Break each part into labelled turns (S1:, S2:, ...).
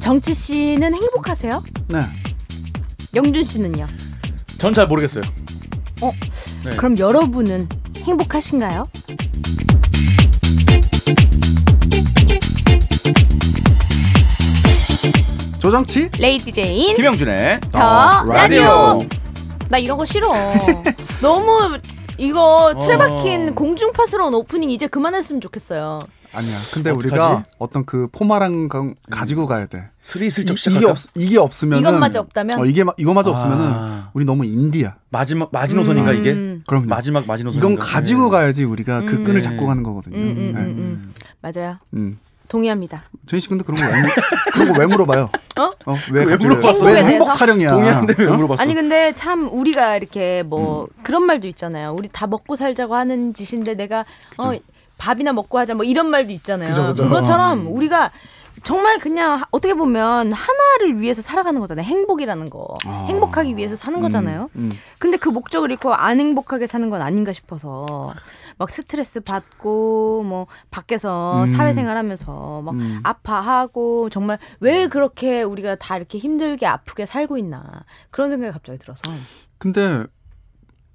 S1: 정치 씨는 행복하세요?
S2: 네.
S1: 영준 씨는요?
S3: 전 잘 모르겠어요.
S1: 어?
S3: 네.
S1: 그럼 여러분은 행복하신가요?
S2: 조정치?
S1: 레이디 제인
S3: 김영준의
S1: 더
S2: 라디오.
S1: 라디오. 나 이런 거 싫어. 너무 이거 틀에 박힌 공중파스러운 오프닝 이제 그만했으면 좋겠어요.
S2: 아니야. 근데
S3: 어떡하지? 음.
S2: 우리가 어떤 그 포마랑 가- 가지고 가야 돼. 이,
S3: 슬슬쩍
S2: 이게
S3: 시작할까?
S2: 없 이게 없으면
S1: 이것마저 없다면?
S2: 어, 이게 마- 이거마저 없으면은
S3: 아.
S2: 우리 너무 인디야.
S3: 마지막 마지노선인가 이게?
S1: 음,
S2: 그럼요.
S3: 마지막 네. 마지노선.
S2: 이건 가지고 가야지 우리가 그
S1: 음.
S2: 끈을
S3: 네.
S2: 잡고 가는 거거든요.
S1: 음, 음,
S2: 네.
S1: 음, 음. 맞아요.
S2: 음.
S1: 동의합니다.
S2: 제인 씨 근데 그런 거왜 그런 거 왜 물어봐요?
S1: 어?
S2: 왜,
S3: 왜
S2: 갑자기
S3: 물어봤어?
S2: 왜
S1: 행복에
S2: 행복하령이야?
S3: 동의하는데 왜
S2: 어?
S3: 물어봤어?
S1: 아니 그, 근데 참 우리가 이렇게 뭐 그런 말도 있잖아요. 우리 다 먹고 살자고 하는 짓인데 내가 어 밥이나 먹고 하자 뭐 이런 말도 있잖아요.
S2: 그죠, 그죠.
S1: 것처럼 우리가 정말 그냥 하- 어떻게 보면 하나를 위해서 살아가는 거잖아요. 행복이라는 거. 행복하기 위해서 사는 거잖아요.
S2: 아. 음.
S1: 근데 그 목적을 잃고 안 행복하게 사는 건 아닌가 싶어서 막 스트레스 받고 뭐 밖에서
S2: 음.
S1: 사회생활하면서 막 아파하고 정말 왜 그렇게 우리가 다 이렇게 힘들게 아프게 살고 있나 그런 생각이 갑자기 들어서
S2: 근데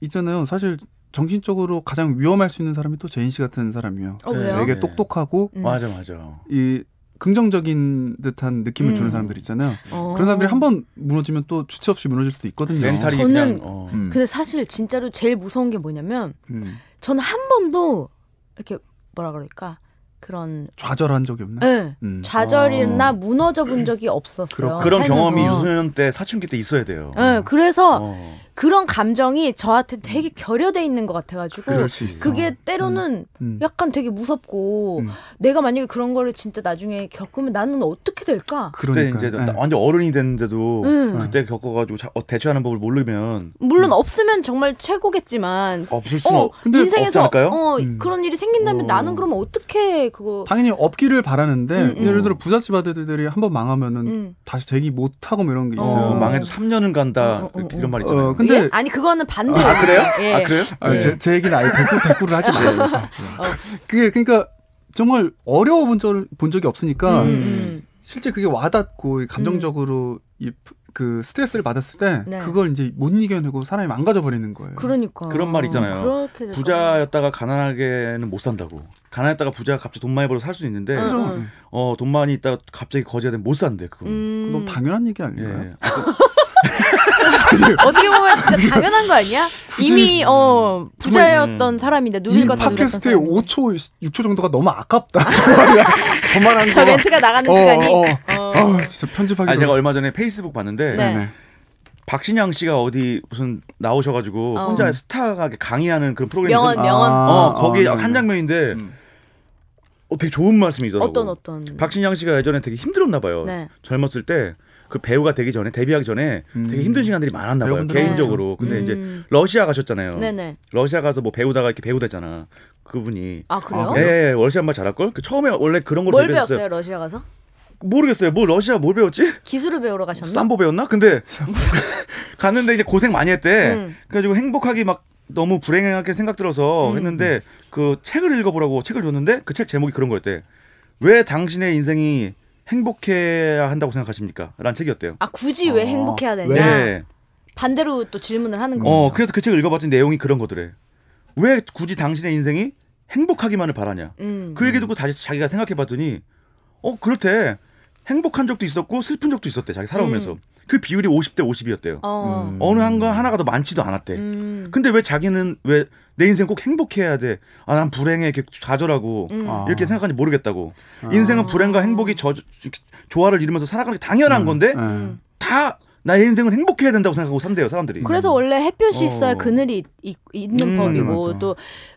S2: 있잖아요. 사실 정신적으로 가장 위험할 수 있는 사람이 또 제인 씨 같은 사람이에요.
S1: 어
S3: 네,
S1: 왜요?
S2: 되게
S3: 네.
S2: 똑똑하고
S1: 음.
S3: 맞아 맞아.
S2: 이 긍정적인 듯한 느낌을
S1: 음.
S2: 주는 사람들 있잖아요.
S1: 어.
S2: 그런 사람들이 한 번 무너지면 또 주체 없이 무너질 수도 있거든요.
S3: 멘탈이
S1: 저는-
S3: 그냥 어.
S2: 음.
S1: 근데 사실 진짜로 제일 무서운 게 뭐냐면
S2: 음.
S1: 저는 한 번도 이렇게 뭐라 그럴까 그런
S2: 좌절한 적이 없나?
S1: 예,
S2: 음.
S1: 좌절이나 무너져 본 적이
S2: 그렇-
S1: 없었어요.
S3: 그런 경험이
S1: 살면서.
S3: 유소년 때 사춘기 때 있어야 돼요.
S1: 예, 그래서
S3: 어.
S1: 그런 감정이 저한테 되게 결여돼 있는 것 같아가지고
S2: 음. 그럴 수 있어.
S1: 그게 때로는
S2: 음.
S1: 약간 되게 무섭고
S2: 음.
S1: 내가 만약에 그런 거를 진짜 나중에 겪으면 나는 어떻게 될까?
S3: 그때
S2: 그러니까
S3: 이제
S2: 예.
S3: 나- 완전 어른이 됐는데도
S1: 음.
S3: 그때 겪어가지고 자- 어, 대처하는 법을 모르면
S1: 물론 없으면 정말 최고겠지만
S3: 없을 수는
S1: 어,
S3: 없.
S2: 근데
S3: 없지
S1: 인생에서
S3: 않을까요?
S1: 어,
S2: 음.
S1: 그런 일이 생긴다면
S3: 어.
S1: 나는 그럼 어떻게 그거
S2: 당연히 없기를 바라는데
S1: 음, 음.
S2: 예를 들어 부잣집 아들들이 한 번 망하면은
S1: 음.
S2: 다시 되기 못하고 뭐 이런 게 있어요.
S1: 어.
S3: 어, 망해도 3년은 간다
S1: 어, 어,
S3: 이렇게
S1: 어.
S3: 이런 말 있잖아요.
S2: 어, 근데-
S1: 예? 아니 그거는 반대.
S3: 아 그래요?
S1: 예.
S3: 아 그래요?
S2: 아,
S1: 예.
S2: 제, 제 얘기는 아예 대꾸, 대꾸를 하지 마요.
S1: 어.
S2: 그게 그러니까 정말 어려워 본, 적, 본 적이 없으니까
S3: 그러니까.
S1: 음, 음.
S2: 실제 그게 와닿고 이 감정적으로 이 그 스트레스를 받았을 때
S1: 네.
S2: 그걸 이제 못 이겨내고 사람이 망가져 버리는 거예요.
S1: 그러니까
S3: 그런 말 있잖아요.
S1: 그렇게 될까 봐.
S3: 부자였다가 가난하게는 못 산다고. 가난했다가 부자가 갑자기 돈 많이 벌어서 살 수 있는데
S1: 응,
S2: 그죠?
S1: 응.
S3: 어 돈 많이 있다가 갑자기 거지가 되면 못 산대 그거.
S1: 음.
S2: 너무 당연한 얘기 아닌가요?
S3: 예.
S1: 어떻게 보면 진짜 당연한 거 아니야? 이미 어 부자였던
S3: 정말, 음.
S1: 사람인데
S2: 이
S1: 누릴 거다 누렸던
S2: 팟캐스트의
S1: 사람인데.
S2: 5초, 6초 정도가 너무 아깝다. 저말한
S1: 저 멘트가 나가는 시간이
S2: 어,
S1: 어.
S2: 어. 아, 진짜 편집하기
S3: 아니 제가 얼마 전에 페이스북 봤는데
S1: 네.
S3: 박신양 씨가 어디 무슨 나오셔가지고
S1: 어.
S3: 혼자 스타하게 강의하는 그런 프로그램
S1: 명언,
S3: 있었-
S1: 명언.
S3: 어, 거기 한 장면인데
S2: 아, 음.
S3: 어, 되게 좋은 말씀이더라고.
S1: 어떤 어떤
S3: 박신양 씨가 예전에 되게 힘들었나 봐요.
S1: 네.
S3: 젊었을 때. 그 배우가 되기 전에 데뷔하기 전에
S2: 음.
S3: 되게 힘든 시간들이 많았나 봐요
S2: 배우분들은
S3: 개인적으로 근데
S1: 음.
S3: 이제 어. 러시아 가셨잖아요
S1: 네네
S3: 러시아 가서 뭐 배우다가 이렇게 배우 되잖아 그분이
S1: 아 그래요?
S2: 어?
S3: 예, 예, 러시아 네. 말 잘할 걸? 그 처음에 원래 그런 걸로
S1: 뭘
S3: 데뷔했어요.
S1: 배웠어요 러시아 가서?
S3: 모르겠어요. 뭐 러시아 뭘 배웠지?
S1: 기술을 배우러 가셨나?
S3: 삼보 배웠나? 근데 갔는데 이제 고생 많이 했대.
S1: 음.
S3: 그래가지고 행복하기 막 너무 불행하게 생각 들어서 했는데 그 책을 읽어보라고 책을 줬는데 그 책 제목이 그런 거였대. 왜 당신의 인생이 행복해야 한다고 생각하십니까? 라는 책이었대요.
S1: 아 굳이 왜
S2: 어,
S1: 행복해야 되냐?
S2: 왜?
S3: 네.
S1: 반대로 또 질문을 하는 거예요.
S3: 어, 그래서 그 책을 읽어봤더니 내용이 그런 거더래. 왜 굳이 당신의 인생이 행복하기만을 바라냐?
S1: 음.
S3: 그 얘기 듣고 다시 자기가 생각해 봤더니 어 그렇대 행복한 적도 있었고 슬픈 적도 있었대 자기 살아오면서 그 비율이 50대 50이었대요
S1: 음. 어.
S2: 음.
S3: 어느 한거 하나가 더 많지도 않았대
S1: 음.
S3: 근데 왜 자기는 왜 내 인생 꼭 행복해야 돼아 난 불행해 이렇게 좌절하고
S1: 음. 아.
S2: 아.
S3: 이렇게 생각하는지 모르겠다고 인생은 불행과 행복이 저, 조화를 이루면서 살아가는 게 당연한
S1: 음.
S3: 건데
S2: 예.
S3: 다 나의 인생은 행복해야 된다고 생각하고 산대요 사람들이
S1: 음. 그래서 원래 햇볕이
S3: 어.
S1: 있어야 그늘이 있, 는
S3: 음,
S1: 법이고
S2: 맞아, 맞아.
S1: 또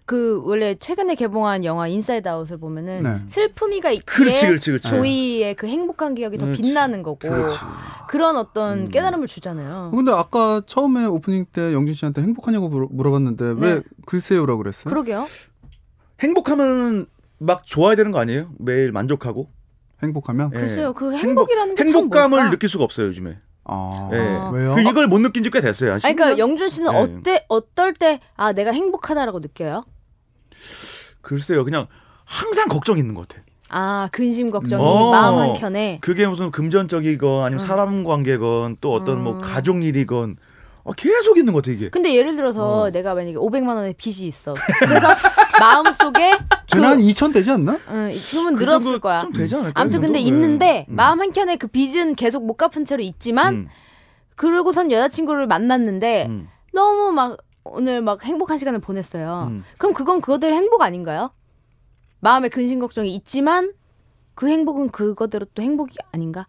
S1: 그 원래 최근에 개봉한 영화 인사이드 아웃을 보면은
S2: 네.
S1: 슬픔이가 있기에
S3: 그렇지 그렇지 그렇지
S1: 조이의 그 행복한 기억이 더
S3: 그렇지.
S1: 빛나는 거고
S3: 그렇지
S1: 그런 어떤
S3: 음.
S1: 깨달음을 주잖아요.
S2: 근데 아까 처음에 오프닝 때 영준 씨한테 행복하냐고 물어- 물어봤는데 왜
S1: 네.
S2: 글쎄요라고 그랬어요?
S1: 그러게요.
S3: 행복하면 막 좋아야 되는 거 아니에요 매일 만족하고
S2: 행복하면?
S3: 예.
S1: 글쎄요, 그 행복이라는 게 참 뭘까?
S3: 행복감을 느낄 수가 없어요 요즘에.
S2: 아,
S3: 예.
S2: 왜요?
S1: 어?
S3: 그 이걸 못 느낀 지꽤 됐어요. 한
S1: 아니, 그러니까
S3: 10년?
S1: 영준 씨는
S3: 네.
S1: 어때 어떨 때 아 내가 행복하다라고 느껴요?
S3: 글쎄요, 그냥 항상 걱정 있는 것 같아.
S1: 아 근심 걱정이
S3: 어.
S1: 마음 한 켠에
S3: 그게 무슨 금전적이건 아니면
S1: 음.
S3: 사람 관계건 또 어떤
S1: 음. 그
S3: 뭐 가족 일이건 어, 계속 있는 것 같아 이게.
S1: 근데 예를 들어서
S3: 어.
S1: 내가 만약에 500만 원의 빚이 있어. 그래서 마음 속에 그,
S2: 쟤는 한 2천 되지 않나?
S1: 응, 지금은
S3: 그
S1: 늘었을
S3: 정도
S1: 거야.
S3: 좀 되지 않을까?
S1: 아무튼 근데 있는데 마음 한 켠에 그 빚은 계속 못 갚은 채로 있지만
S3: 음.
S1: 그러고선 여자친구를 만났는데 너무 막 오늘 막 행복한 시간을 보냈어요.
S3: 음.
S1: 그럼 그건 그거대로 행복 아닌가요? 마음에 근심 걱정이 있지만 그 행복은 그거대로 또 행복이 아닌가?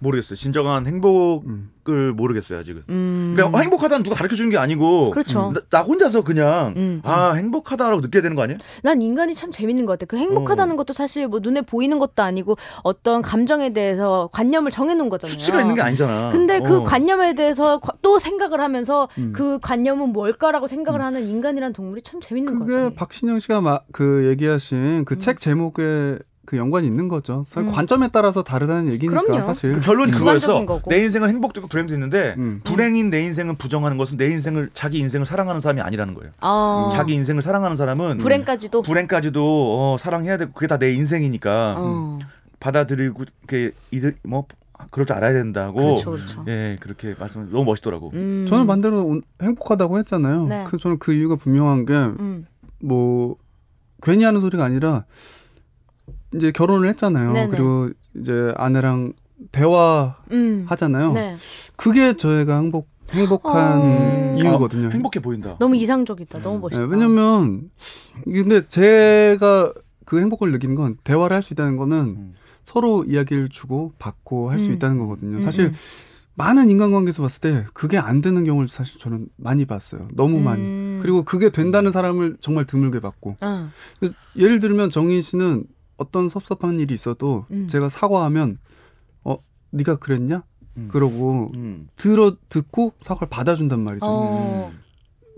S3: 모르겠어요. 진정한 행복을
S2: 음.
S3: 모르겠어요 아직은.
S1: 음.
S3: 그러니까 행복하다는 누가 가르쳐 주는 게 아니고
S1: 그렇죠.
S3: 나, 나 혼자서 그냥
S1: 음.
S3: 아 행복하다라고 느껴야 되는 거 아니야?
S1: 난 인간이 참 재밌는 것 같아. 그 행복하다는 것도 사실 뭐 눈에 보이는 것도 아니고 어떤 감정에 대해서 관념을 정해놓은 거잖아요.
S3: 수치가 있는 게 아니잖아.
S1: 근데 그
S3: 어.
S1: 관념에 대해서 과- 또 생각을 하면서
S2: 음.
S1: 그 관념은 뭘까라고 생각을
S2: 음.
S1: 하는 인간이란 동물이 참 재밌는 것
S2: 그게
S1: 같아.
S2: 박신영 씨가 마, 그 얘기하신
S1: 음.
S2: 그 책 제목에 그 연관이 있는 거죠. 사실
S1: 음.
S2: 관점에 따라서 다르다는 얘기니까
S1: 그럼요.
S2: 사실.
S3: 그 결론이
S2: 음.
S3: 그거였어.
S1: 주관적인 거고.
S3: 내 인생은 행복적이고 불행도 있는데
S2: 음.
S3: 불행인 내 인생은 부정하는 것은 내 인생을 자기 인생을 사랑하는 사람이 아니라는 거예요.
S1: 어,
S3: 음. 자기 인생을 사랑하는 사람은
S1: 불행까지도.
S3: 까지도 어, 사랑해야 되고 그게 다 내 인생이니까
S1: 어,
S3: 받아들이고 이렇게 이들 뭐 그럴 줄 알아야 된다고
S1: 그렇죠, 그렇죠.
S3: 예 그렇게 말씀 너무 멋있더라고.
S1: 음.
S2: 저는 반대로 온- 행복하다고 했잖아요.
S1: 네.
S2: 그 저는 그 이유가 분명한
S1: 음.
S2: 게 뭐 괜히 하는 소리가 아니라 이제 결혼을 했잖아요.
S1: 네네.
S2: 그리고 이제 아내랑 대화하잖아요.
S1: 음. 네.
S2: 그게 저희가 행복 행복한
S1: 어.
S2: 이유거든요.
S3: 행복해 보인다.
S1: 너무 이상적이다. 너무
S2: 예,
S1: 멋있다.
S2: 왜냐면 근데 제가 그 행복을 느끼는 건 대화를 할 수 있다는 거는
S3: 음.
S2: 서로 이야기를 주고 받고 할 수
S1: 음.
S2: 있다는 거거든요.
S1: 음,
S2: 사실
S1: 음.
S2: 많은 인간관계에서 봤을 때 그게 안 되는 경우를 사실 저는 많이 봤어요. 너무 많이.
S1: 음.
S2: 그리고 그게 된다는 사람을 정말 드물게 봤고.
S1: 어.
S2: 그래서 예를 들면 정인 씨는 어떤 섭섭한 일이 있어도
S1: 음.
S2: 제가 사과하면 어 네가 그랬냐?
S3: 음.
S2: 그러고
S3: 음.
S2: 들어 듣고 사과를 받아준단 말이죠.
S1: 어.
S3: 음.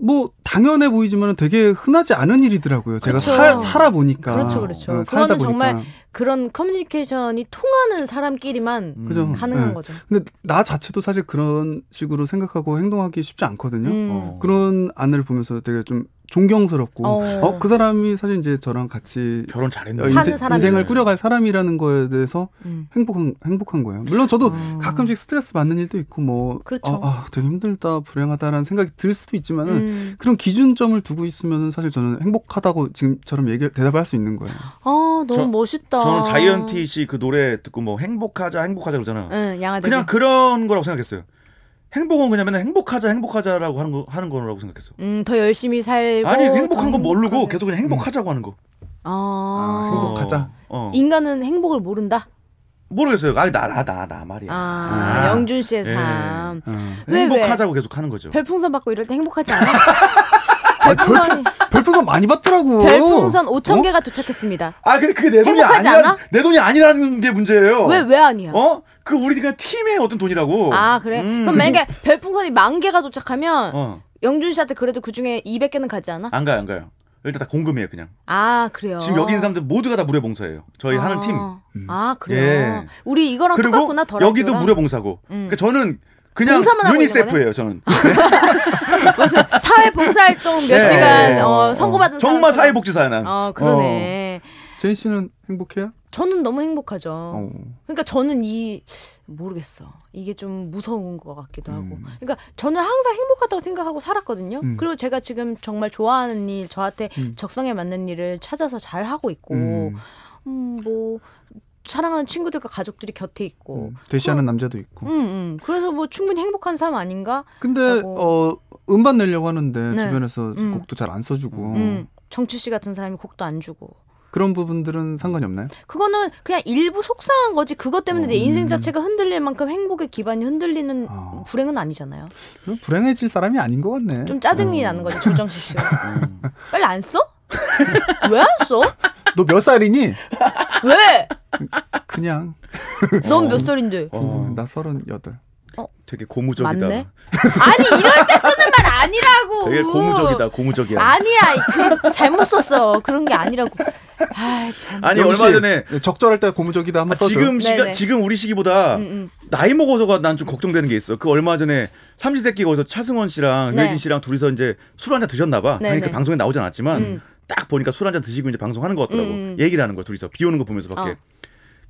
S2: 뭐 당연해 보이지만 되게 흔하지 않은 일이더라고요. 제가
S1: 그쵸.
S2: 살, 살아보니까.
S1: 그렇죠, 그렇죠.
S2: 어,
S1: 그거는 정말 그런 커뮤니케이션이 통하는 사람끼리만
S3: 음.
S2: 그죠.
S1: 가능한
S2: 네.
S1: 거죠.
S2: 근데 나 자체도 사실 그런 식으로 생각하고 행동하기 쉽지 않거든요.
S1: 음.
S3: 어.
S2: 그런 아내를 보면서 되게 좀 존경스럽고
S1: 어.
S2: 어. 그 사람이 사실 이제 저랑 같이
S3: 결혼 잘했네.
S2: 어,
S1: 사는
S2: 인생,
S1: 사람이네.
S2: 인생을 꾸려갈 사람이라는 거에 대해서
S1: 음.
S2: 행복한 행복한 거예요. 물론 저도
S1: 어.
S2: 가끔씩 스트레스 받는 일도 있고 뭐
S1: 그렇죠.
S2: 아, 아, 되게 힘들다 불행하다라는 생각이 들 수도 있지만은
S1: 음.
S2: 그런 기준점을 두고 있으면 사실 저는 행복하다고 지금처럼 얘기 대답할 수 있는 거예요.
S1: 아 너무
S3: 저-
S1: 멋있다.
S3: 저는 자이언티 씨 그 노래 듣고 뭐 행복하자 행복하자 그러잖아.
S1: 응, 예, 양아들.
S3: 그냥 그런 거라고 생각했어요. 행복은 그냥 맨날 행복하자 행복하자라고 하는 거 하는 거라고 생각했어.
S1: 음, 더 열심히 살고. 음,
S3: 아니 행복한 건 모르고 그
S1: 그러네. 음.
S3: 계속 그냥 행복하자고 하는 거.
S1: 아,
S2: 아, 행복하자.
S3: 어. 어.
S1: 인간은 행복을 모른다.
S3: 모르겠어요. 아나나 나 나 말이야.
S1: 아,
S2: 아.
S1: 영준 씨의
S3: 예. 그렇죠.
S1: 삶.
S2: 어.
S1: 왜,
S3: 행복하자고 계속 하는 거죠.
S1: 별풍선 받고 이럴 때 행복하지 않아? 별풍선
S2: 별풍선 많이 받더라고.
S1: 별풍선 5천
S2: 어?
S1: 개가 도착했습니다.
S3: 아 근데 그게 내 돈이
S1: 행복하지
S3: 아니라
S1: 않아?
S3: 내 돈이 아니라는 게 문제예요.
S1: 왜 왜 아니야?
S3: 어? 그 우리 그냥 팀의 어떤 돈이라고.
S1: 아 그래?
S3: 음.
S1: 그럼 만약에 별풍선이 만 개가 도착하면
S3: 어.
S1: 영준 씨한테 그래도 그 중에 200개는 가지 않아?
S3: 안 가요, 안 가요. 일단 다 공금이에요, 그냥.
S1: 아 그래요.
S3: 지금 여기 있는 사람들 모두가 다 무료봉사예요. 저희
S1: 아.
S3: 하는 팀.
S1: 아 그래요.
S3: 예.
S1: 우리 이거랑
S3: 그리고
S1: 똑같구나. 더
S3: 여기도
S1: 라디오랑.
S3: 무료봉사고.
S1: 음.
S3: 그러니까 저는 그냥
S1: 봉사만 하고 있는 아,
S3: 유니세프예요, 저는.
S1: 무슨 사회 봉사활동 몇
S3: 그러니까 예,
S1: 시간
S3: 예, 예.
S1: 어, 선고받은 사람처럼.
S3: 정말 사회복지사야 난.
S1: 어 그러네.
S2: 제인 씨는 행복해요?
S1: 저는 너무 행복하죠.
S2: 어.
S1: 그러니까 저는 이 모르겠어. 이게 좀 무서운 것 같기도 하고.
S2: 음.
S1: 그러니까 저는 항상 행복하다고 생각하고 살았거든요.
S2: 음.
S1: 그리고 제가 지금 정말 좋아하는 일, 저한테
S2: 음.
S1: 적성에 맞는 일을 찾아서 잘 하고 있고,
S2: 음.
S1: 음. 뭐 사랑하는 친구들과 가족들이 곁에 있고.
S2: 음, 대시하는 남자도 있고.
S1: 음, 음. 그래서 뭐 충분히 행복한 삶 아닌가?
S2: 근데
S1: 하고.
S2: 어 음반 내려고 하는데
S1: 네.
S2: 주변에서
S1: 음.
S2: 곡도 잘 안 써주고
S1: 음. 정치 씨 같은 사람이 곡도 안 주고.
S2: 그런 부분들은 상관이 없나요?
S1: 그거는 그냥 일부 속상한 거지. 그것 때문에 내
S2: 음.
S1: 인생 자체가 흔들릴 만큼 행복의 기반이 흔들리는
S3: 아.
S2: 어.
S1: 불행은 아니잖아요.
S3: 네?
S2: 그럼 불행해질 사람이 아닌 것 같네.
S1: 좀 짜증이
S2: 음.
S1: 나는 거죠 조정식 씨가
S3: 음.
S1: 빨리 안 써? 왜 안 써?
S2: 너 몇 살이니?
S1: 왜?
S2: 그냥
S1: 넌 몇 살인데?
S3: 어.
S2: 궁금해. 나 서른여덟.
S3: 되게 고무적이다.
S1: 맞네. 아니 이럴 때 쓰는 말 아니라고.
S3: 되게 고무적이다, 고무적이야.
S1: 아니야, 그 잘못 썼어. 그런 게 아니라고. 아 참.
S3: 아니,
S2: 역시 네,
S3: 얼마 전에
S2: 적절할 때 고무적이다 한번
S3: 아,
S2: 써줘.
S3: 지금
S1: 네네.
S3: 시가, 지금 우리 시기보다
S1: 음, 음.
S3: 나이 먹어서가 난 좀 걱정되는 게 있어. 그 얼마 전에 삼시세끼 거기서 차승원 씨랑
S1: 네.
S3: 류혜진 씨랑 둘이서 이제 술 한잔 드셨나 봐.
S1: 네네.
S3: 그러니까 방송에 나오지 않았지만
S1: 음.
S3: 딱 보니까 술 한 잔 드시고 이제 방송하는 것 같더라고.
S1: 음, 음.
S3: 얘기를 하는 거야 둘이서 비 오는 거 보면서 밖에.
S1: 어.